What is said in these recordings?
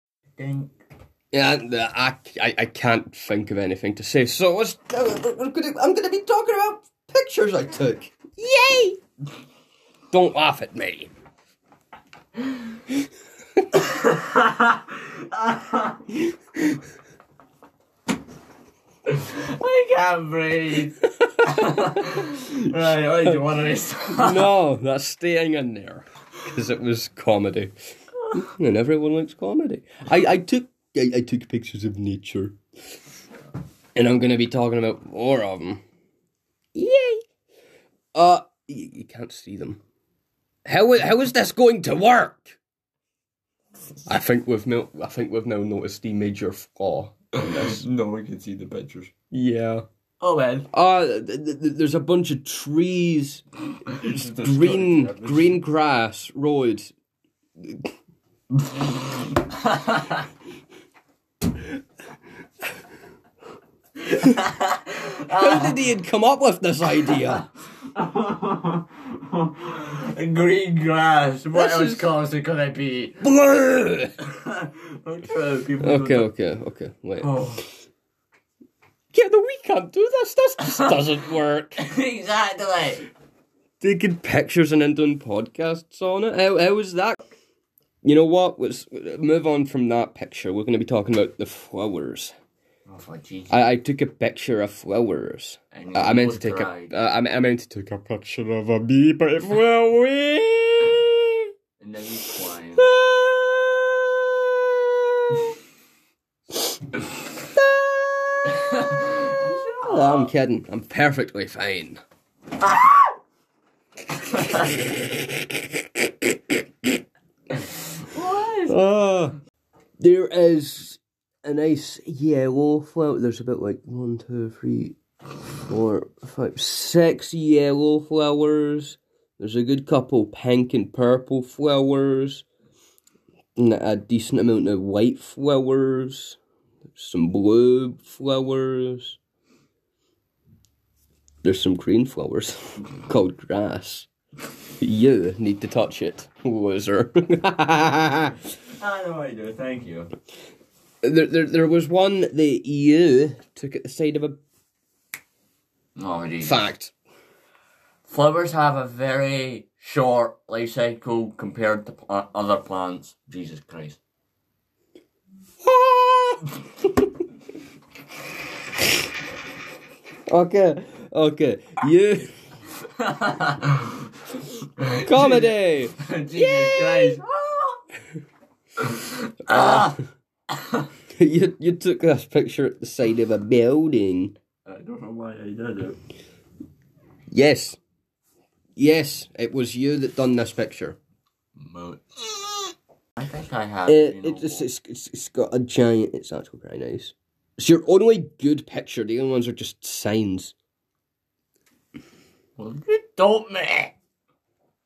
think. Yeah, I, I, I can't think of anything to say. So let's, we're gonna, I'm going to be talking about pictures I took. Yay! Don't laugh at me. I can't breathe. right, what do you want to restart? No, that's staying in there because it was comedy, and everyone likes comedy. I, I took I, I took pictures of nature, and I'm gonna be talking about four of them. Yay! Uh, you, you can't see them. How i- how is this going to work? I think we've mil- I think we've now noticed the major flaw. no one can see the pictures. Yeah. Oh well. Uh, th- th- th- there's a bunch of trees, green green grass, roads. How did he come up with this idea? Green grass. What This else is- colours could it be? Blur. okay, people don't Okay, know. okay, okay. Wait. Oh. Yeah, no, we can't do this. This just doesn't work. exactly. Taking pictures and then doing podcasts on it. How, how is that? You know what? Let's move on from that picture. We're going to be talking about the flowers. Oh, for Jesus. I, I took a picture of flowers. And I, I meant to you take cried. a. Uh, I, me- I meant to take a picture of a bee, but it flew away. And then you quiet. Oh, I'm kidding. I'm perfectly fine. what? Ah, there is a nice yellow flower. There's about like one, two, three, four, five, six yellow flowers. There's a good couple pink and purple flowers. And a decent amount of white flowers. Some blue flowers. There's some green flowers called grass. You need to touch it, loser. I know I do. Thank you. There, there, there was one that you took at the side of a Oh, Jesus. fact. Flowers have a very short life cycle compared to pla- other plants. Jesus Christ. okay, okay, you comedy. Jesus Christ. ah! you, you took this picture at the side of a building. I don't know why I did it. Yes, yes, it was you that done this picture. Mo- I think I have. It, been it a just, wa- it's, it's, it's got a giant. It's actually very nice. It's your only good picture. The other ones are just signs. Well, you don't me.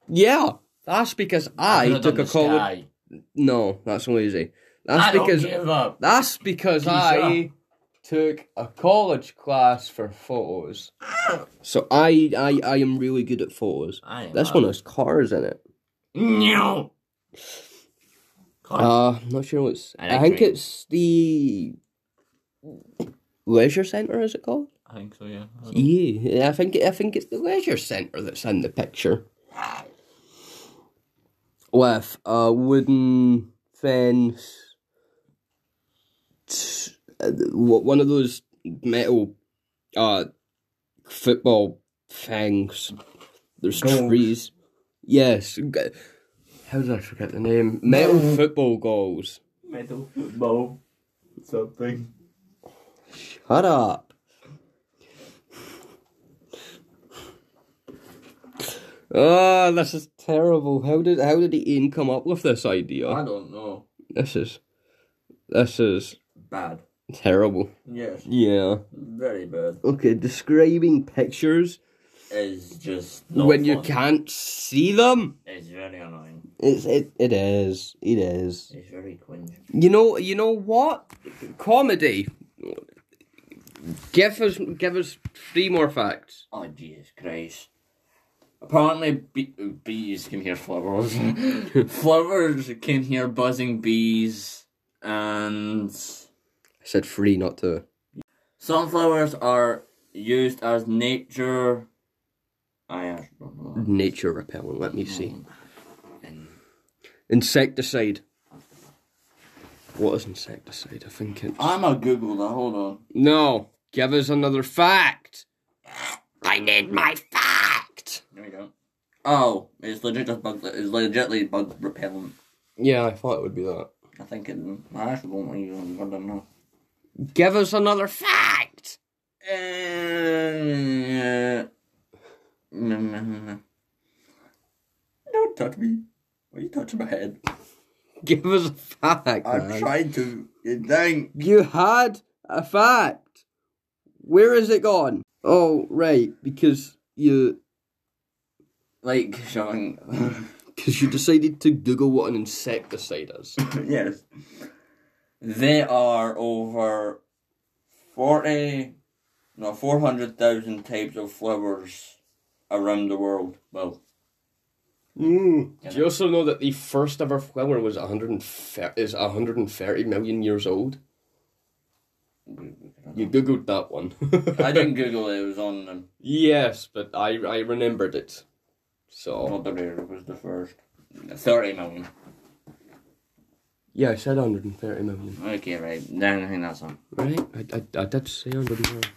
Yeah, that's because Put I it took on a the colour. sky. No, that's lazy. I That's don't because give up. that's because Peace I took a college class for photos. So I, I I am really good at photos. I am This not. one has cars in it. No. Uh, I'm not sure what's. I I like think green. it's the leisure center. Is it called? I think so, yeah. Yeah, I think I think it's the leisure center that's in the picture. With a wooden fence, t- uh, wh- one of those metal, uh, football things. There's Goals. trees. Yes. g- How did I forget the name? Metal football goals. Metal football. Something. Shut up. Ah, this is terrible. How did how did Ian come up with this I idea? don't know. This is this is Bad. terrible. Yes. Yeah. Very bad. Okay, describing pictures It's just not when you fun. can't see them. It's very annoying. It's it it is. It is. It's very cringe. You know, you know what? Comedy. Give us, give us three more facts. Oh, Jesus Christ. Apparently, bee- bees can hear flowers. flowers can hear buzzing bees. and I said free, not to. sunflowers are used as nature. I uh, don't know. Nature repellent, let me see. Insecticide. What is insecticide? I think it's. I'm a Google that. Hold on. No! Give us another fact! I need my fact! There we go. Oh, it's legit just bug. It's legitly bug repellent. Yeah, I thought it would be that. I think it. I actually don't even. I don't know. Give us another fact! Uh, don't touch me. Why are you touching my head? Give us a fact! I'm man. trying to. You think. You had a fact. Where is it gone? Oh, right, because you Like, Sean. because you decided to Google what an insecticide is. yes. They are over 40, no, 400,000 types of flowers around the world. Well, Do you also know that the first ever flower was 130 is 130 million years old? You googled that one. I didn't Google it, it was on them. yes, but I I remembered it. So Not the rare, it was the first. 30 million. yeah, I said 130 million. Okay, right. Then I think that's on. Right? I, I, I did say 130.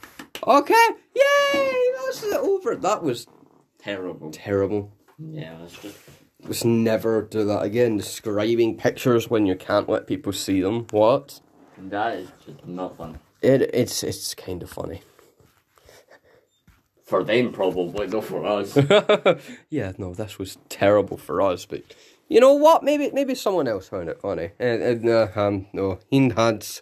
Okay, yay! That's it over. That was Terrible. terrible. Yeah, that's just. Let's never do that again. Describing pictures when you can't let people see them. What? That is just not fun. It it's it's kind of funny. For them, probably, not for us. yeah, no, this was terrible for us, but you know what? Maybe maybe someone else found it funny. And, and uh, um, no, he had